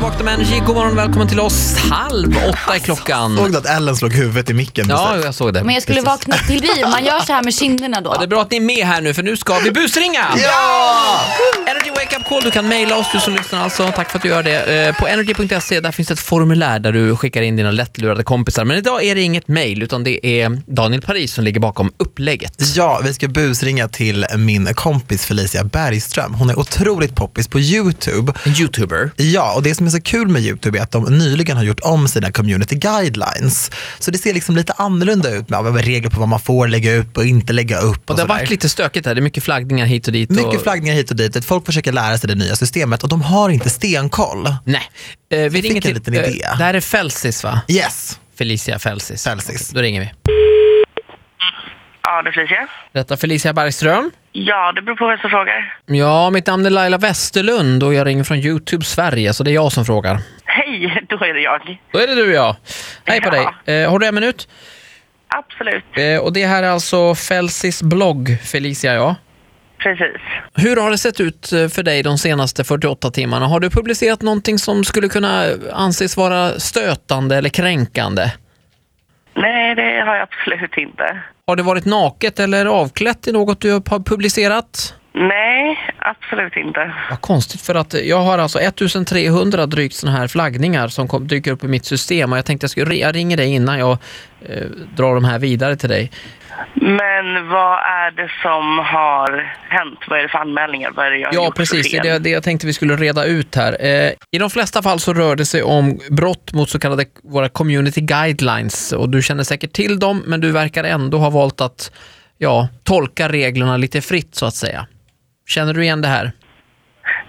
Vakna med Energy, god morgon välkommen till oss. Halv åtta är klockan. Såg du att Ellen slog huvudet i micken? Ja, precis? jag såg det. Men jag skulle vakna till liv. Man gör så här med kinderna då. Ja, Det är bra att ni är med här nu för nu ska vi busringa! ja! Energy Wake Up Call, du kan mejla oss du som lyssnar alltså. Tack för att du gör det. Eh, På energy.se där finns det ett formulär där du skickar in dina lättlurade kompisar. Men idag är det inget mejl utan det är Daniel Paris som ligger bakom upplägget. Ja, vi ska busringa till min kompis Felicia Bergström. Hon är otroligt poppis på YouTube. En youtuber. Ja, och det som är så kul med YouTube är att de nyligen har gjort om sina community guidelines. Så det ser liksom lite annorlunda ut med ja, med regler på vad man får lägga upp och inte lägga upp. Och Och det har sådär. varit lite stökigt här, det är mycket flaggningar hit och dit. och... Mycket flaggningar hit och dit. Folk försöker lära sig det nya systemet och de har inte stenkoll. Nej. Eh, Vi fick ringer en till... liten eh, idé. Det här är Felsis va? Yes. Felicia Felsis. Felsis. Okej, Då ringer vi. Ja, det Felicia. Detta Felicia Bergström. Ja, det beror på vem som frågar. Ja, mitt namn är Laila Westerlund och jag ringer från Youtube Sverige, så det är jag som frågar. Hej, då är det jag. Då är det du ja. Hej på Ja. dig. Eh, har du en minut? Absolut, Eh, och det här är alltså Felsis blogg, Felicia ja. precis. Hur har det sett ut eh, för dig de senaste 48 timmarna? Har du publicerat någonting som skulle kunna anses vara stötande eller kränkande? Nej, det har jag absolut inte. Har det varit naket eller avklätt i något du har publicerat? Nej, absolut inte. Vad konstigt för att jag har alltså 1300 drygt sådana här flaggningar som kom, dyker upp i mitt system och jag tänkte jag skulle jag ringer dig innan jag eh, drar de här vidare till dig. Men vad är det som har hänt? Vad är det för anmälningar? Vad är det jag har Ja gjort för precis, det är fel? det, det jag tänkte vi skulle reda ut här. Eh, I de flesta fall så rör det sig om brott mot så kallade våra community guidelines och du känner säkert till dem men du verkar ändå ha valt att ja, tolka reglerna lite fritt så att säga. Känner du igen det här?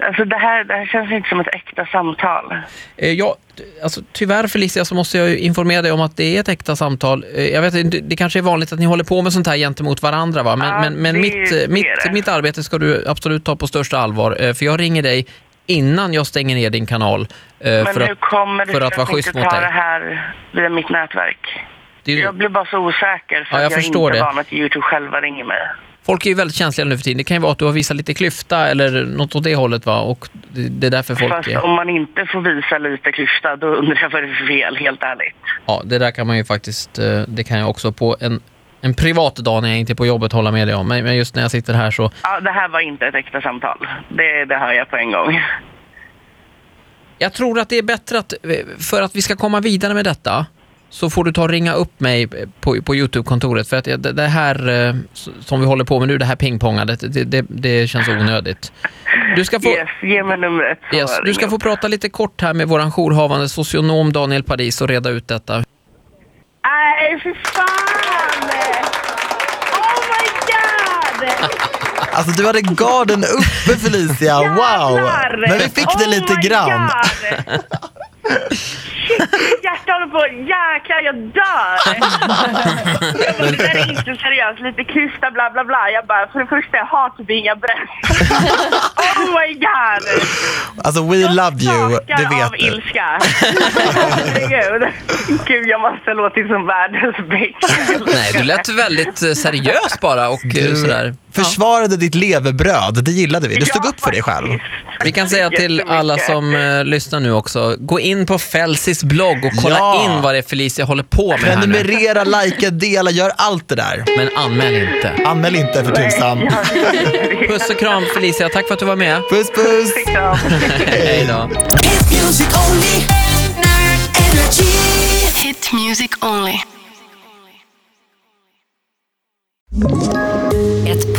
Alltså, det, här, det här känns inte som ett äkta samtal. Eh, Ja, t- alltså, tyvärr Felicia så måste jag ju informera dig om att det är ett äkta samtal. Eh, Jag vet inte, det kanske är vanligt att ni håller på med sånt här gentemot varandra va? Men, Ja, men, men det mitt, är eh, mitt, det. mitt arbete ska du absolut ta på största allvar. eh, För jag ringer dig innan jag stänger ner din kanal. eh, Men för hur kommer att, det för sig att vara jag schysst inte mot tar det dig. här via mitt nätverk? Det är Jag ju, blir bara så osäker för Ja, jag att jag förstår inte det. är van att Youtube själva ringer mig. folk är ju väldigt känsliga nu för tiden. Det kan ju vara att du har visat lite klyfta eller något åt det hållet va? Och det, det är därför folk... Fast är- om man inte får visa lite klyfta, då undrar jag vad det är för fel, helt ärligt. Ja, det där kan man ju faktiskt, eh, det kan jag också på en, en privat dag när jag inte är på jobbet hålla med dig om. Men men just när jag sitter här så Ja, det här var inte ett äkta samtal. Det, det hör jag på en gång. Jag tror att det är bättre att, eh, för att vi ska komma vidare med detta, så får du ta och ringa upp mig eh, på, på Youtube-kontoret. För att det, det här eh, som vi håller på med nu, det här pingpongandet, det, det, det känns onödigt. Du ska få, Yes, ge mig numret. så yes, du ringer ska få jag. prata lite kort här med våran jourhavande socionom Daniel Paris och reda ut detta. Nej, för fan! Oh my god! Alltså du hade garden uppe Felicia, wow! Jävlar! Men vi fick det Oh lite my grann. God! Shit, mitt hjärta håller på Jäklar, jag dör! Jag bara, det där är inte seriöst. Lite klyfta, bla bla bla. Jag bara, för det första, jag hatar Binga Brett. Oh my god! Alltså we love you, det Skakar av vet du. ilska. Herregud. Gud, jag måste låta som världens bäst. Nej, du lät väldigt eh, seriös bara och eh, sådär. Ja. försvarade ditt levebröd, det gillade vi. Du stod Ja, upp för dig själv. Vi kan säga till alla som eh, lyssnar nu också, gå in på Felsis blogg och kolla Ja. in vad det är Felicia håller på med här nu. Prenumerera, likea, dela, gör allt det där. Men anmäl inte. Anmäl inte för tusan. Puss och kram Felicia, tack för att du var med. Puss puss! Ja. Liksom. Hej då. Hit music only. Nerd energy. Hit music only. Ett